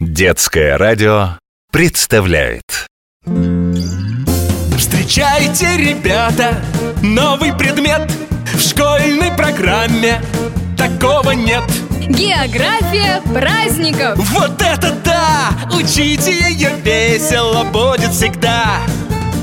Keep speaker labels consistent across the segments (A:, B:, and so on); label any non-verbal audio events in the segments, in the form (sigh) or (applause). A: Детское радио представляет
B: Встречайте, ребята, новый предмет в школьной программе. Такого нет.
C: География праздников.
B: Вот это да! Учите ее весело будет всегда.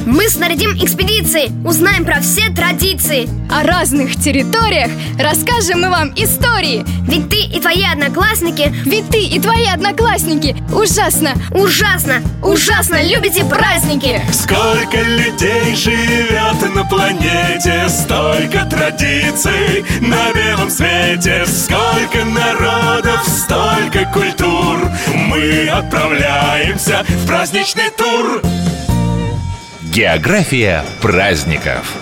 D: Мы снарядим экспедиции, узнаем про все традиции.
C: О разных территориях расскажем мы вам истории.
D: Ведь ты и твои одноклассники
C: Ведь ты и твои одноклассники ужасно
D: ужасно, ужасно любите праздники.
B: Сколько людей живет на планете, столько традиций на белом свете, сколько народов, столько культур. Мы отправляемся в праздничный тур.
A: География праздников.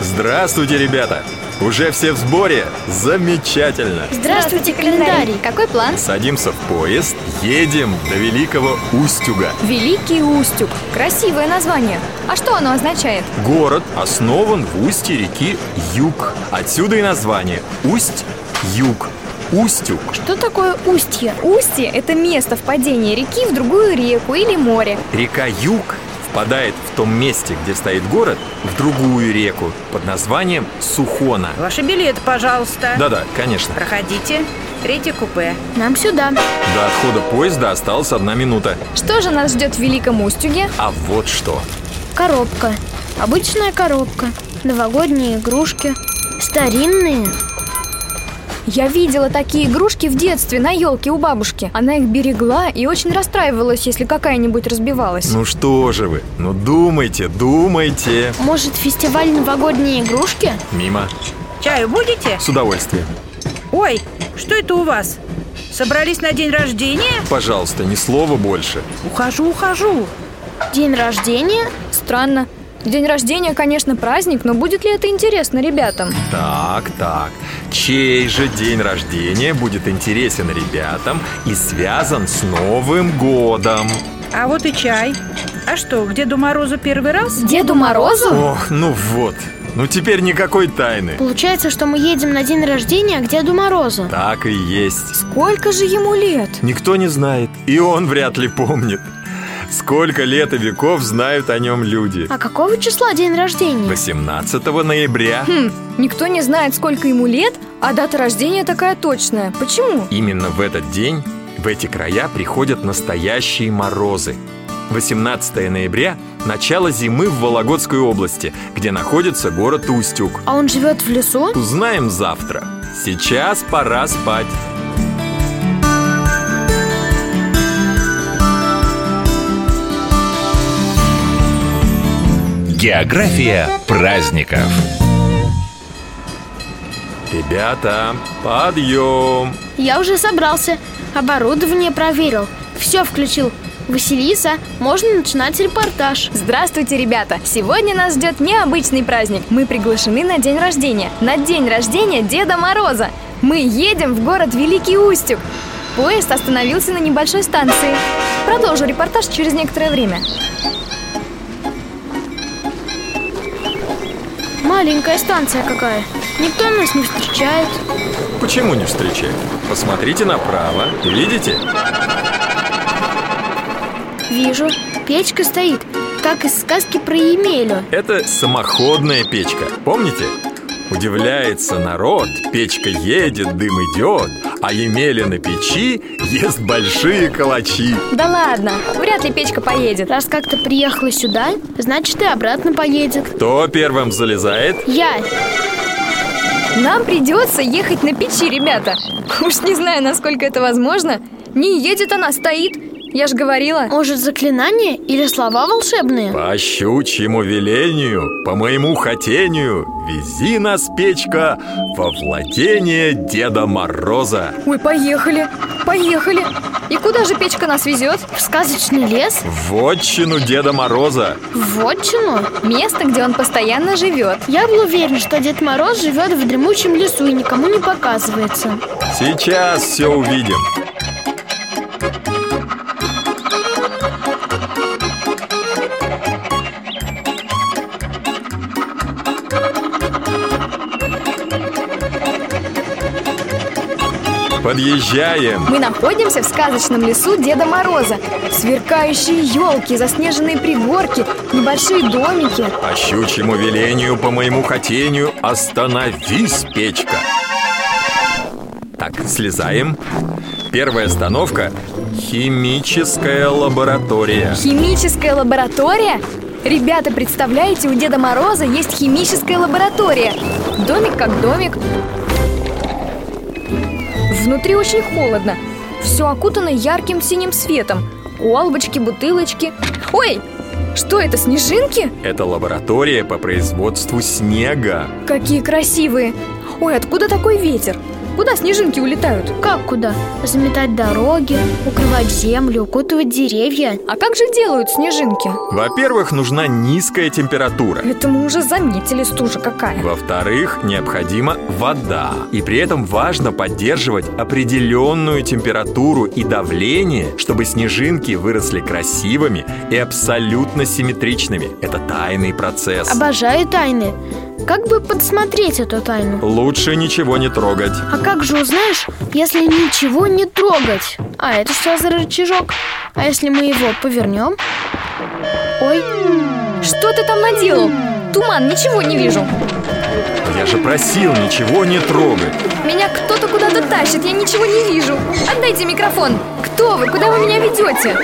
E: Здравствуйте, ребята! Уже все в сборе? Замечательно!
D: Здравствуйте, календарь.
C: Какой план?
E: Садимся в поезд, едем до Великого Устюга.
C: Великий Устюг. Красивое название. А что оно означает?
E: Город основан в устье реки Юг. Отсюда и название Усть-Юг. Устюг.
C: Что такое устье? Устье – это место впадения реки в другую реку или море.
E: Река Юг впадает в том месте, где стоит город, в другую реку под названием Сухона.
F: Ваши билеты, пожалуйста.
E: Да-да, конечно.
F: Проходите. Третье купе.
D: Нам сюда.
E: До отхода поезда осталась одна минута.
C: Что же нас ждет в Великом Устюге?
E: А вот что.
D: Коробка. Обычная коробка. Новогодние игрушки. Старинные.
C: Я видела такие игрушки в детстве на елке у бабушки. Она их берегла и очень расстраивалась, если какая-нибудь разбивалась.
E: Ну что же вы? Ну думайте, думайте.
D: Может, фестиваль новогодние игрушки?
E: Мимо.
F: Чаю будете?
E: С удовольствием.
F: Ой, что это у вас? Собрались на день рождения?
E: Пожалуйста, ни слова больше.
F: Ухожу, ухожу.
D: День рождения?
C: Странно. День рождения, конечно, праздник, но будет ли это интересно ребятам?
E: Так, так. Чей же день рождения будет интересен ребятам и связан с Новым годом?
F: А вот и чай. А что, где Деду Морозу первый раз?
C: Деду Морозу?
E: Ох, ну вот. Ну теперь никакой тайны.
D: Получается, что мы едем на день рождения к Деду Морозу.
E: Так и есть.
C: Сколько же ему лет?
E: Никто не знает. И он вряд ли помнит. Сколько лет и веков знают о нем люди.
D: А какого числа день рождения?
E: 18 ноября.
C: Хм, никто не знает, сколько ему лет, а дата рождения такая точная. Почему?
E: Именно в этот день в эти края приходят настоящие морозы. 18 ноября – начало зимы в Вологодской области, где находится город Устюг.
D: А он живет в лесу?
E: Узнаем завтра. Сейчас пора спать.
A: География праздников.
E: Ребята, подъем!
D: Я уже собрался, оборудование проверил, все включил. Василиса, можно начинать репортаж.
C: Здравствуйте, ребята! Сегодня нас ждет необычный праздник. Мы приглашены на день рождения. На день рождения Деда Мороза. Мы едем в город Великий Устюг. Поезд остановился на небольшой станции. Продолжу репортаж через некоторое время.
D: Маленькая станция какая. Никто нас не встречает.
E: Почему не встречаем? Посмотрите направо. Видите?
D: Вижу, печка стоит, как из сказки про Емелю.
E: Это самоходная печка. Помните? Удивляется народ, печка едет, дым идет, а Емеля на печи ест большие калачи.
C: Да ладно, вряд ли печка поедет.
D: Раз как-то приехала сюда, значит и обратно поедет.
E: Кто первым залезает?
D: Я.
C: Нам придется ехать на печи, ребята. Уж не знаю, насколько это возможно. Не едет она, стоит. Я же говорила.
D: Может, заклинание или слова волшебные?
E: По щучьему велению, по моему хотению, вези нас, печка, во владение Деда Мороза.
C: Ой, поехали, поехали. И куда же печка нас везет?
D: В сказочный лес?
E: В отчину Деда Мороза.
D: В вотчину?
C: Место, где он постоянно живет.
D: Я был уверен, что Дед Мороз живет в дремучем лесу и никому не показывается.
E: Сейчас все увидим. Подъезжаем.
C: Мы находимся в сказочном лесу Деда Мороза. Сверкающие елки, заснеженные пригорки, небольшие домики.
E: По щучьему велению, по моему хотению, остановись, печка. Так, слезаем. Первая остановка – химическая лаборатория.
C: Химическая лаборатория? Ребята, представляете, у Деда Мороза есть химическая лаборатория. Домик как домик. Внутри очень холодно. Все окутано ярким синим светом. Уалбочки, бутылочки. Ой! Что это, снежинки?
E: Это лаборатория по производству снега.
C: Какие красивые! Ой, откуда такой ветер? Куда снежинки улетают?
D: Как куда? Заметать дороги, укрывать землю, укутывать деревья.
C: А как же делают снежинки?
E: Во-первых, нужна низкая температура.
C: Это мы уже заметили, стужа какая.
E: Во-вторых, необходима вода. И при этом важно поддерживать определенную температуру и давление, чтобы снежинки выросли красивыми и абсолютно симметричными. Это тайный процесс.
D: Обожаю тайны. Как бы подсмотреть эту тайну?
E: Лучше ничего не трогать.
D: А как же узнаешь, если ничего не трогать? А это что за рычажок? А если мы его повернем? Ой,
C: Что ты там наделал? Туман, ничего не вижу.
E: Я же просил ничего не трогать.
C: Меня кто-то куда-то тащит, я ничего не вижу. Отдайте микрофон. Кто вы? Куда вы меня ведете?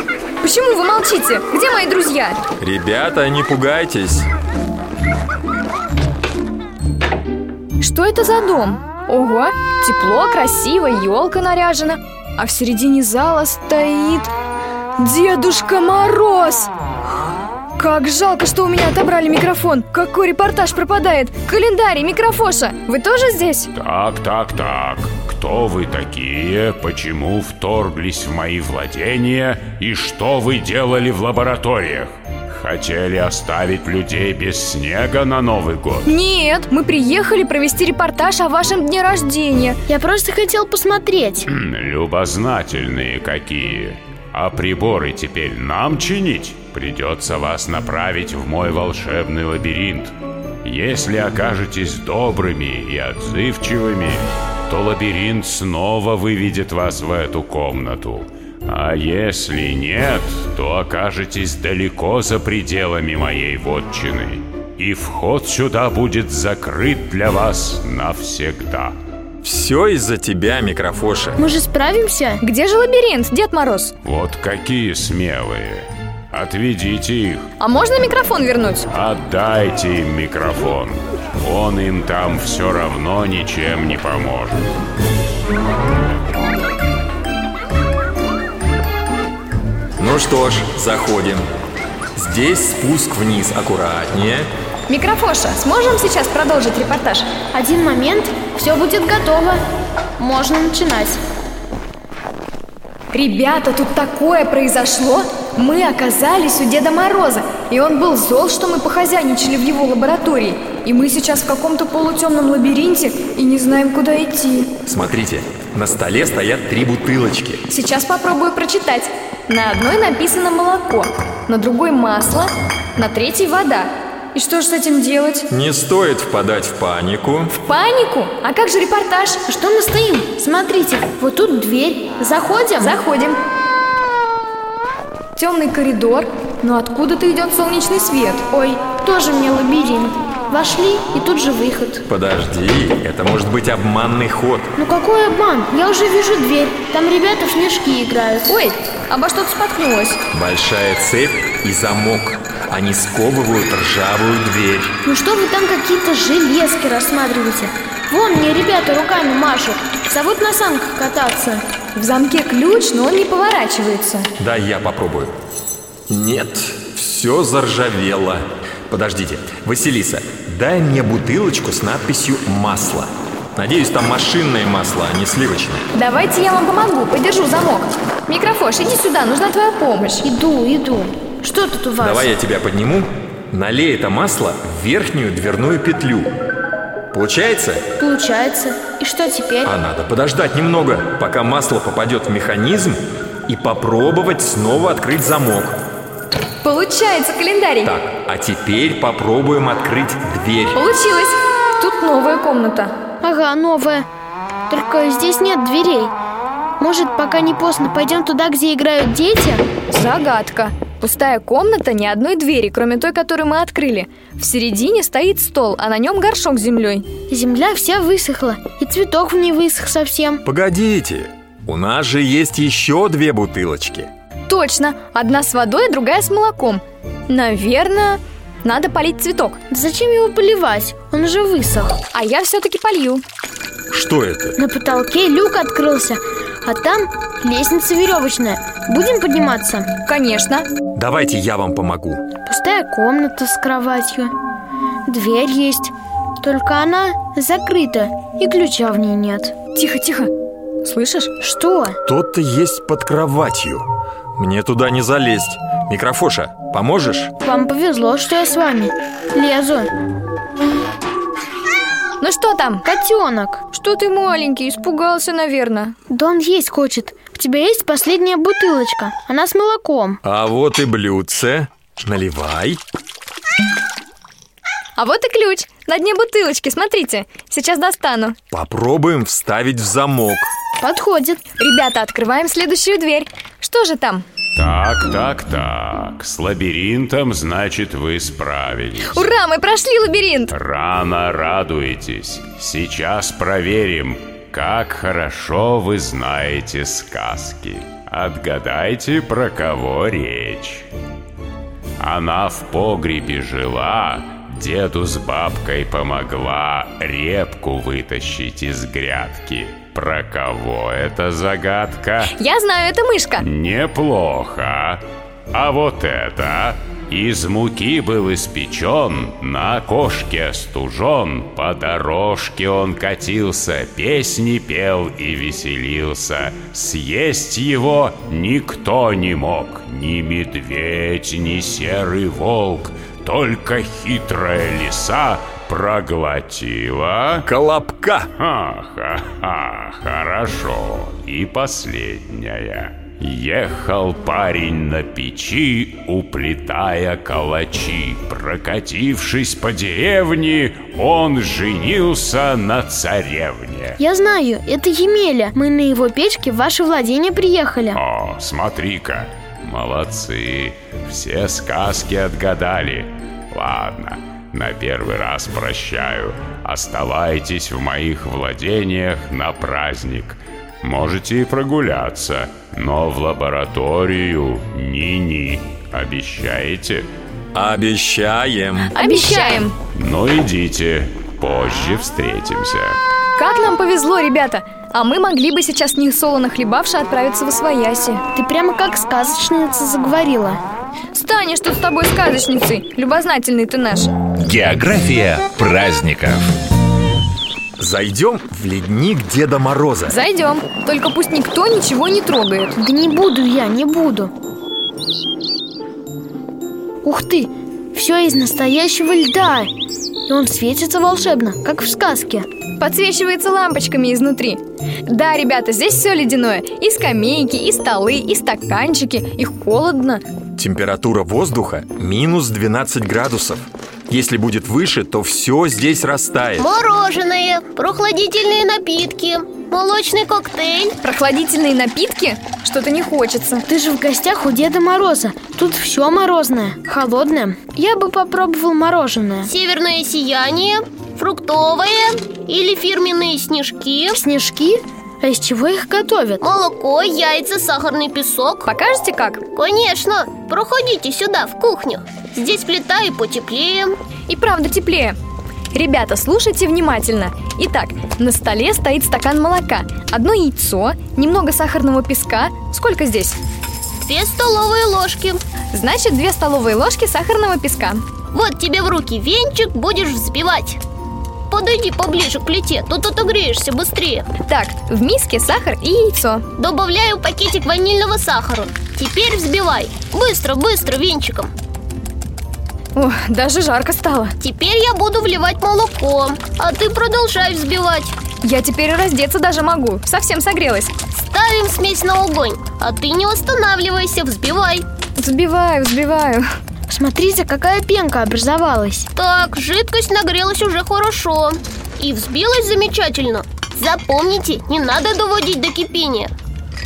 C: Почему вы молчите? Где мои друзья?
E: Ребята, не пугайтесь.
C: Что это за дом? Ого, тепло, красиво, елка наряжена. А в середине зала стоит Дедушка Мороз. Как жалко, что у меня отобрали микрофон. Какой репортаж пропадает? Календарь, микрофоша. Вы тоже здесь?
G: Так, так, так. Кто вы такие? Почему вторглись в мои владения? И что вы делали в лабораториях? Хотели оставить людей без снега на Новый год?
C: Нет, мы приехали провести репортаж о вашем дне рождения.
D: я просто хотел посмотреть.
G: М, (clears throat) Любознательные какие. А приборы теперь нам чинить? Придется вас направить в мой волшебный лабиринт. Если окажетесь добрыми и отзывчивыми, то лабиринт снова выведет вас в эту комнату. А если нет, то окажетесь далеко за пределами моей вотчины. И вход сюда будет закрыт для вас навсегда.
E: Все из-за тебя, микрофоша.
D: Мы же справимся?
C: Где же лабиринт, Дед Мороз?
G: Вот какие смелые. Отведите их,
C: А можно микрофон вернуть?
G: отдайте им микрофон. Он им там все равно ничем не поможет.
E: Ну что ж, заходим. Здесь спуск вниз аккуратнее.
C: Микрофоша, сможем сейчас продолжить репортаж?
D: Один момент, все будет готово. Можно начинать.
C: Ребята, тут такое произошло! Мы оказались у Деда Мороза, и он был зол, что мы похозяйничали в его лаборатории. И мы сейчас в каком-то полутемном лабиринте и не знаем, куда идти.
E: Смотрите, на столе стоят три бутылочки.
C: Сейчас попробую прочитать. На одной написано молоко, на другой масло, на третьей вода. И что же с этим делать?
E: Не стоит впадать в панику.
C: Панику? А как же репортаж?
D: Что мы стоим? Смотрите, вот тут дверь. Заходим?
C: Заходим. Темный коридор, но откуда-то идет солнечный свет.
D: Ой, тоже мне лабиринт. Вошли, и тут же выход.
E: Подожди, это может быть обманный ход.
D: Ну какой обман? Я уже вижу дверь. Там ребята в снежки играют.
C: Ой, обо что-то споткнулась.
E: Большая цепь и замок. Они сковывают ржавую дверь.
D: Ну что вы там какие-то железки рассматриваете? Вон мне ребята руками машут. Зовут на санках кататься.
C: В замке ключ, но он не поворачивается.
E: Да, я попробую. Нет, все заржавело. Подождите, Василиса, дай мне бутылочку с надписью «масло». Надеюсь, там машинное масло, а не сливочное.
C: Давайте я вам помогу, подержу замок. Микрофош, иди сюда, нужна твоя помощь.
D: Иду, иду. Что тут у вас?
E: Давай я тебя подниму. Налей это масло в верхнюю дверную петлю. Получается?
D: Получается. И что теперь?
E: А надо подождать немного, пока масло попадет в механизм и попробовать снова открыть замок.
C: Получается календарь.
E: Так, а теперь попробуем открыть дверь.
C: Получилось. Тут новая комната.
D: Ага, новое. Только здесь нет дверей. Может, пока не поздно, пойдем туда, где играют дети?
C: Загадка. Пустая комната, ни одной двери, кроме той, которую мы открыли. В середине стоит стол, а на нем горшок с землей.
D: Земля вся высохла, и цветок в ней высох совсем.
E: Погодите, у нас же есть еще две бутылочки.
C: Точно, одна с водой, другая с молоком. Наверное, надо полить цветок.
D: Да зачем его поливать? Он уже высох.
C: А я все-таки полью.
E: Что это?
D: На потолке люк открылся, а там лестница веревочная. Будем подниматься?
C: Конечно.
E: Давайте я вам помогу.
D: Пустая комната с кроватью. Дверь есть, только она закрыта, и ключа в ней нет.
C: Тихо, тихо. Слышишь?
D: Что?
E: Кто-то есть под кроватью. Мне туда не залезть. Микрофоша, поможешь?
D: Вам повезло, что я с вами. Лезу.
C: Ну что там?
D: Котенок.
C: Что ты маленький, испугался, наверное.
D: Да он есть хочет. У тебя есть последняя бутылочка. Она с молоком.
E: А вот и блюдце. Наливай.
C: А вот и ключ. На дне бутылочки, смотрите. Сейчас достану.
E: Попробуем вставить в замок.
D: Подходит.
C: Ребята, открываем следующую дверь. Что же там?
G: Так, так, так. С лабиринтом, значит, вы справились.
C: Ура, мы прошли лабиринт!
G: Рано радуетесь. Сейчас проверим, как хорошо вы знаете сказки. Отгадайте, про кого речь. Она в погребе жила, деду с бабкой помогла репку вытащить из грядки. Про кого эта загадка?
C: Я знаю, это мышка.
G: Неплохо. А вот это из муки был испечен, на окошке остужен, по дорожке он катился, песни пел и веселился. Съесть его никто не мог, ни медведь, ни серый волк, только хитрая лиса проглотила.
E: Колобка.
G: Ха-ха-ха, хорошо. И последняя. Ехал парень на печи, уплетая калачи. Прокатившись по деревне, он женился на царевне.
D: Я знаю, это Емеля. Мы на его печке в ваше владение приехали.
G: О, смотри-ка, молодцы, все сказки отгадали. Ладно, на первый раз прощаю. Оставайтесь в моих владениях на праздник. Можете и прогуляться, но в лабораторию ни-ни. Обещаете?
E: Обещаем.
C: Обещаем.
G: Ну идите, позже встретимся.
C: Как нам повезло, ребята! А мы могли бы сейчас не солоно хлебавши отправиться в Освояси.
D: Ты прямо как сказочница заговорила.
C: Станешь тут с тобой сказочницей, любознательный ты наш.
A: География праздников.
E: Зайдем в ледник Деда Мороза.
C: Зайдем, только пусть никто ничего не трогает.
D: Да не буду я, не буду. Ух ты, все из настоящего льда. И он светится волшебно, как в сказке.
C: Подсвечивается лампочками изнутри. Да, ребята, здесь все ледяное. И скамейки, и столы, и стаканчики, и холодно.
E: Температура воздуха минус 12 градусов. Если будет выше, то все здесь растает.
H: Мороженое, прохладительные напитки, молочный коктейль.
C: Прохладительные напитки? Что-то не хочется.
D: Ты же в гостях у Деда Мороза. Тут все морозное, холодное. Я бы попробовал мороженое.
H: Северное сияние, фруктовое или фирменные снежки.
D: Снежки? А из чего их готовят?
H: Молоко, яйца, сахарный песок.
C: Покажете как?
H: Конечно, проходите сюда, в кухню. Здесь плита и потеплее.
C: И правда теплее. Ребята, слушайте внимательно. Итак, на столе стоит стакан молока, одно яйцо, немного сахарного песка. Сколько здесь?
H: Две столовые ложки.
C: Значит, 2 столовые ложки сахарного песка.
H: Вот тебе в руки венчик, будешь взбивать. Подойди поближе к плите, тут отогреешься быстрее.
C: Так, в миске сахар и яйцо.
H: Добавляю пакетик ванильного сахара. Теперь взбивай. Быстро, быстро, венчиком.
C: Ох, даже жарко стало.
H: Теперь я буду вливать молоко, а ты продолжай взбивать.
C: Я теперь раздеться даже могу. Совсем согрелась.
H: Ставим смесь на огонь, а ты не останавливайся, взбивай.
C: Взбиваю, взбиваю.
D: Смотрите, какая пенка образовалась.
H: Так, жидкость нагрелась уже хорошо и взбилась замечательно. Запомните, не надо доводить до кипения.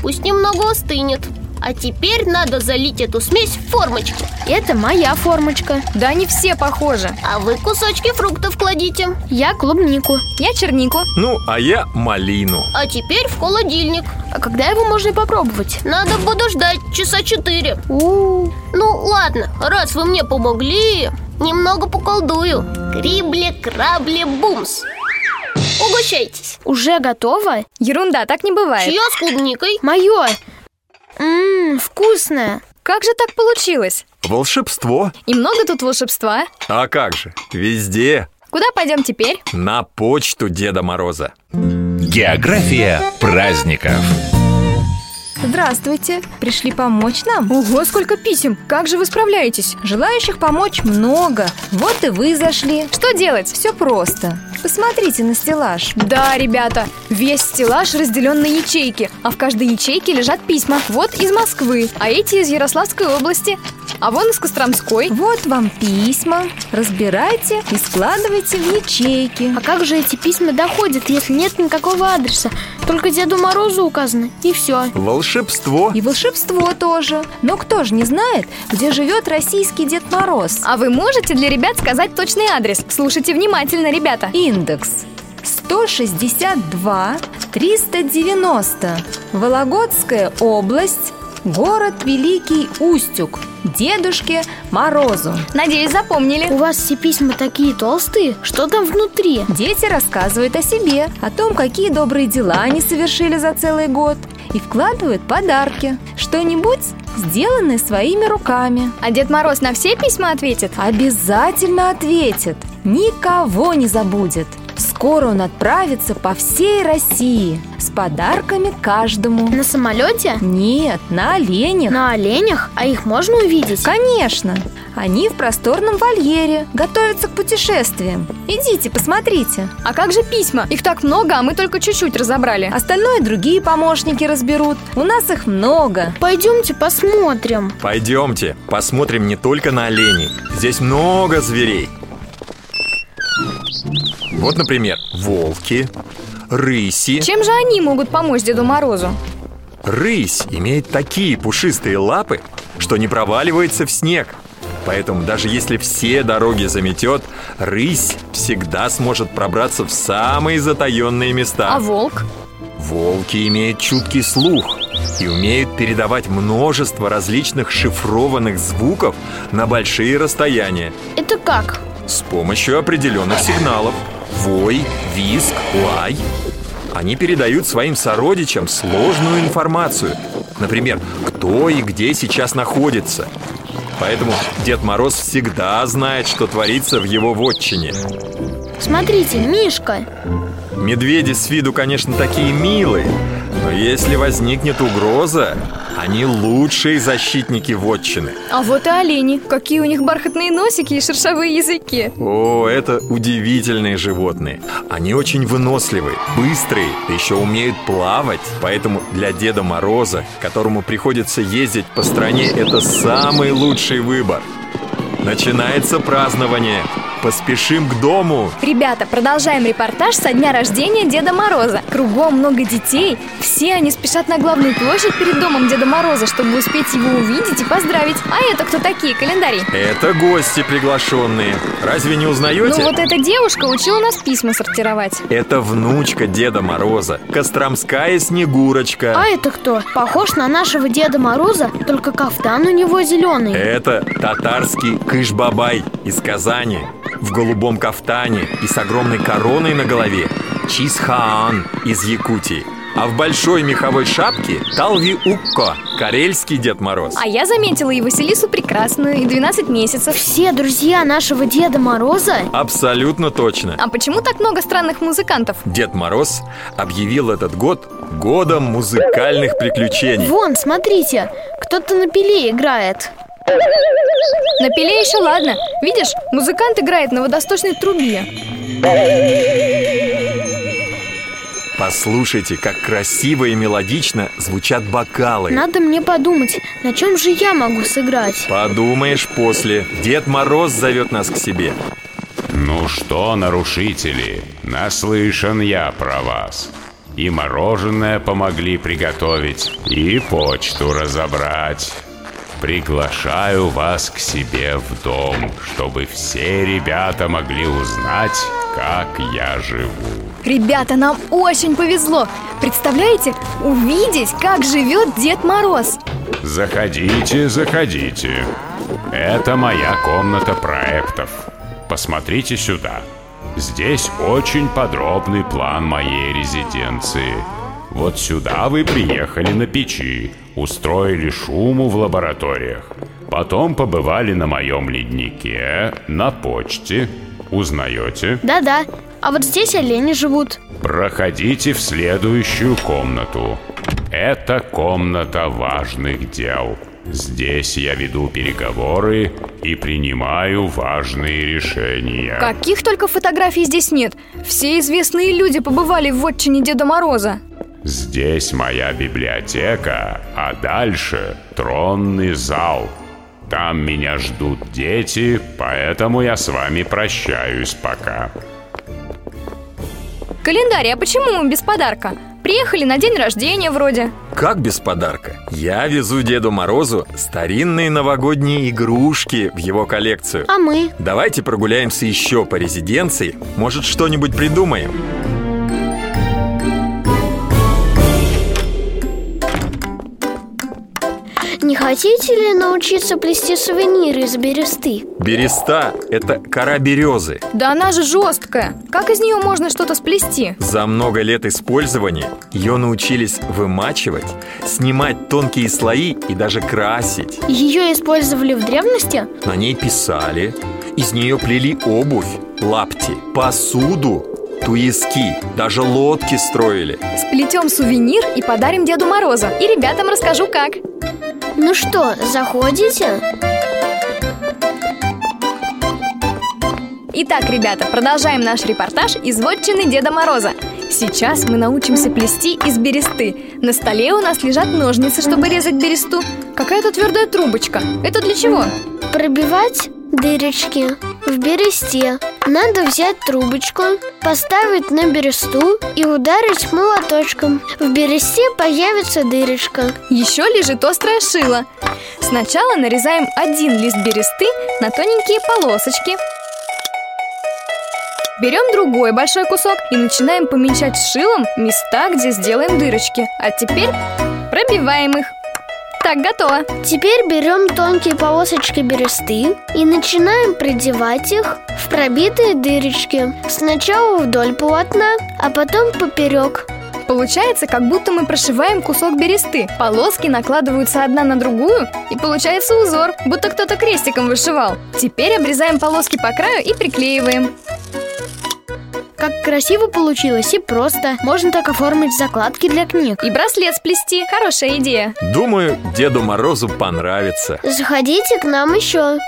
H: Пусть немного остынет. А теперь надо залить эту смесь в формочки.
D: Это моя формочка.
C: Да они все похожи.
H: А вы кусочки фруктов кладите.
D: Я клубнику.
C: Я чернику.
E: Ну, а я малину.
H: А теперь в холодильник.
D: А когда его можно попробовать?
H: Надо буду ждать часа четыре.
D: У,
H: Ну, ладно, раз вы мне помогли, немного поколдую. Крибли, крабли, бумс. Угощайтесь.
D: уже готово?
C: Ерунда, так не бывает.
H: Чья с клубникой?
D: Мое. Ммм, вкусное.
C: Как же так получилось?
E: Волшебство.
C: И много тут волшебства.
E: А как же? Везде.
C: Куда пойдем теперь?
E: На почту Деда Мороза.
A: География праздников.
C: Здравствуйте. Пришли помочь нам? Ого, сколько писем. Как же вы справляетесь? Желающих помочь много. Вот и вы зашли. Что делать? Все просто. Посмотрите на стеллаж. Да, ребята, весь стеллаж разделен на ячейки, а в каждой ячейке лежат письма. Вот из Москвы, а эти из Ярославской области. А вон из Костромской. Вот вам письма. Разбирайте и складывайте в ячейки.
D: А как же эти письма доходят, если нет никакого адреса? Только Деду Морозу указано, и все.
E: Волшебство.
I: И волшебство тоже. Но кто же не знает, где живет российский Дед Мороз?
C: А вы можете для ребят сказать точный адрес? Слушайте внимательно, ребята.
I: Индекс 162 390. Вологодская область. Город Великий Устюг. Дедушке Морозу.
C: Надеюсь, запомнили.
D: У вас все письма такие толстые, что там внутри?
I: Дети рассказывают о себе, о том, какие добрые дела они совершили за целый год, и вкладывают подарки. Что-нибудь, сделанное своими руками.
C: А Дед Мороз на все письма ответит?
I: Обязательно ответит. Никого не забудет. Скоро он отправится по всей России с подарками каждому.
D: На самолете?
I: Нет, на оленях.
D: На оленях? А их можно увидеть?
I: Конечно. Они в просторном вольере, готовятся к путешествиям. Идите, посмотрите.
C: А как же письма? Их так много, а мы только чуть-чуть разобрали.
I: Остальное другие помощники разберут. У нас их много.
D: Пойдемте посмотрим.
E: Пойдемте, посмотрим не только на оленей. Здесь много зверей. Вот, например, волки, рыси.
C: Чем же они могут помочь Деду Морозу?
E: Рысь имеет такие пушистые лапы, что не проваливается в снег. Поэтому даже если все дороги заметет, рысь всегда сможет пробраться в самые затаенные места.
C: А волк?
E: Волки имеют чуткий слух и умеют передавать множество различных шифрованных звуков на большие расстояния
D: Это как?
E: с помощью определенных сигналов. Вой, визг, лай. Они передают своим сородичам сложную информацию. Например, кто и где сейчас находится. Поэтому Дед Мороз всегда знает, что творится в его вотчине.
D: Смотрите, Мишка.
E: Медведи с виду, конечно, такие милые, но если возникнет угроза, они лучшие защитники вотчины.
C: А вот и олени. Какие у них бархатные носики и шершавые языки.
E: О, это удивительные животные. Они очень выносливые, быстрые, да еще умеют плавать. Поэтому для Деда Мороза, которому приходится ездить по стране, это самый лучший выбор. Начинается празднование. Поспешим к дому.
C: Ребята, продолжаем репортаж со дня рождения Деда Мороза. Кругом много детей. Все они спешат на главную площадь перед домом Деда Мороза, чтобы успеть его увидеть и поздравить. А это кто такие? Календарь.
E: Это гости приглашенные. Разве не узнаете?
C: Ну вот эта девушка учила нас письма сортировать.
E: Это внучка Деда Мороза, Костромская Снегурочка.
D: А это кто? Похож на нашего Деда Мороза, только кафтан у него зеленый.
E: Это татарский Кышбабай из Казани в голубом кафтане и с огромной короной на голове Чисхаан из Якутии. А в большой меховой шапке Талви Укко, карельский Дед Мороз.
C: А я заметила и Василису Прекрасную, и 12 месяцев.
D: Все друзья нашего Деда Мороза?
E: Абсолютно точно.
C: А почему так много странных музыкантов?
E: Дед Мороз объявил этот год годом музыкальных приключений.
D: Вон, смотрите, кто-то на пиле играет.
C: На пиле еще ладно. Видишь, музыкант играет на водосточной трубе.
E: Послушайте, как красиво и мелодично звучат бокалы.
D: Надо мне подумать, на чем же я могу сыграть?
E: Подумаешь после. Дед Мороз зовет нас к себе.
G: Ну что, нарушители, наслышан я про вас. И мороженое помогли приготовить, и почту разобрать. Приглашаю вас к себе в дом, чтобы все ребята могли узнать, как я живу.
C: Ребята, нам очень повезло. Представляете, увидеть, как живет Дед Мороз.
G: Заходите, заходите. Это моя комната проектов. Посмотрите сюда. Здесь очень подробный план моей резиденции. Вот сюда вы приехали на печи, устроили шуму в лабораториях. Потом побывали на моем леднике, на почте. Узнаете?
D: Да-да, а вот здесь олени живут.
G: Проходите в следующую комнату. Это комната важных дел. Здесь я веду переговоры и принимаю важные решения.
C: Каких только фотографий здесь нет. Все известные люди побывали в отчине Деда Мороза.
G: Здесь моя библиотека, а дальше тронный зал. Там меня ждут дети, поэтому я с вами прощаюсь пока.
C: Календарь, а почему мы без подарка? Приехали на день рождения вроде.
E: Как без подарка? Я везу Деду Морозу старинные новогодние игрушки в его коллекцию.
D: А мы?
E: Давайте прогуляемся еще по резиденции. Может, что-нибудь придумаем?
D: Не хотите ли научиться плести сувениры из бересты?
E: Береста – это кора березы.
C: Да она же жесткая. Как из нее можно что-то сплести?
E: За много лет использования ее научились вымачивать, снимать тонкие слои и даже красить.
D: Ее использовали в древности?
E: На ней писали, из нее плели обувь, лапти, посуду, туиски, даже лодки строили.
C: Сплетем сувенир и подарим Деду Морозу. И ребятам расскажу как.
D: Ну что, заходите?
C: Итак, ребята, продолжаем наш репортаж из вотчины Деда Мороза. Сейчас мы научимся плести из бересты. На столе у нас лежат ножницы, чтобы резать бересту. Какая-то твердая трубочка. Это для чего?
D: Пробивать дырочки в бересте. Надо взять трубочку, поставить на бересту и ударить молоточком. В бересте появится дырочка.
C: Еще лежит острое шило. Сначала нарезаем один лист бересты на тоненькие полосочки. Берем другой большой кусок и начинаем помечать шилом места, где сделаем дырочки. А теперь пробиваем их. Так, готово.
D: Теперь берем тонкие полосочки бересты и начинаем придевать их в пробитые дырочки. Сначала вдоль полотна, а потом поперек.
C: Получается, как будто мы прошиваем кусок бересты. Полоски накладываются одна на другую, и получается узор, будто кто-то крестиком вышивал. Теперь обрезаем полоски по краю и приклеиваем.
D: Как красиво получилось и просто. Можно так оформить закладки для книг.
C: И браслет сплести. Хорошая идея.
E: Думаю, Деду Морозу понравится.
D: Заходите к нам еще.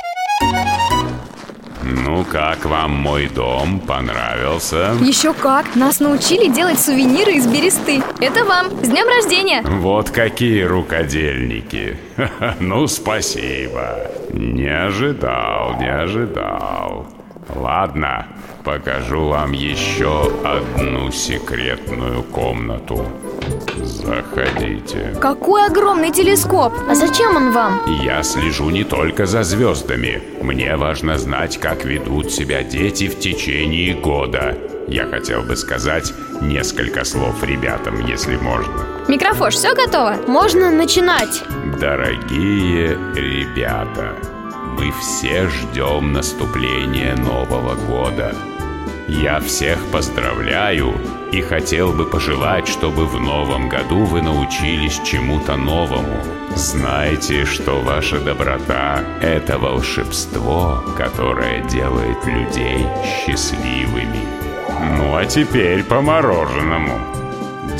G: Ну как вам мой дом? Понравился?
C: Еще как! Нас научили делать сувениры из бересты. Это вам! С днем рождения!
G: Вот какие рукодельники. (laughs) Ну, спасибо. Не ожидал, не ожидал. Ладно, покажу вам еще одну секретную комнату. Заходите.
C: Какой огромный телескоп!
D: А зачем он вам?
G: Я слежу не только за звездами. Мне важно знать, как ведут себя дети в течение года. Я хотел бы сказать несколько слов ребятам, если можно.
C: Микрофон, все готово?
D: Можно начинать.
G: Дорогие ребята, мы все ждем наступления Нового года. Я всех поздравляю и хотел бы пожелать, чтобы в новом году вы научились чему-то новому. Знайте, что ваша доброта — это волшебство, которое делает людей счастливыми. Ну а теперь по мороженому.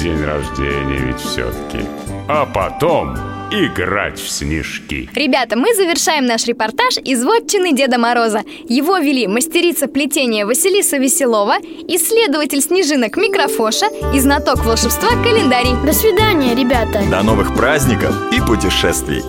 G: День рождения ведь все-таки. А потом играть в снежки.
C: Ребята, мы завершаем наш репортаж из вотчины Деда Мороза. Его вели мастерица плетения Василиса Веселова, исследователь снежинок Микрофоша и знаток волшебства Календарий.
D: До свидания, ребята.
E: До новых праздников и путешествий!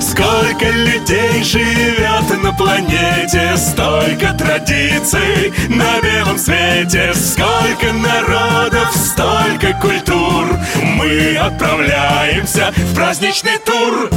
B: Сколько
G: Столько людей живет на планете Столько традиций на белом свете Сколько народов, столько культур Мы отправляемся в праздничный тур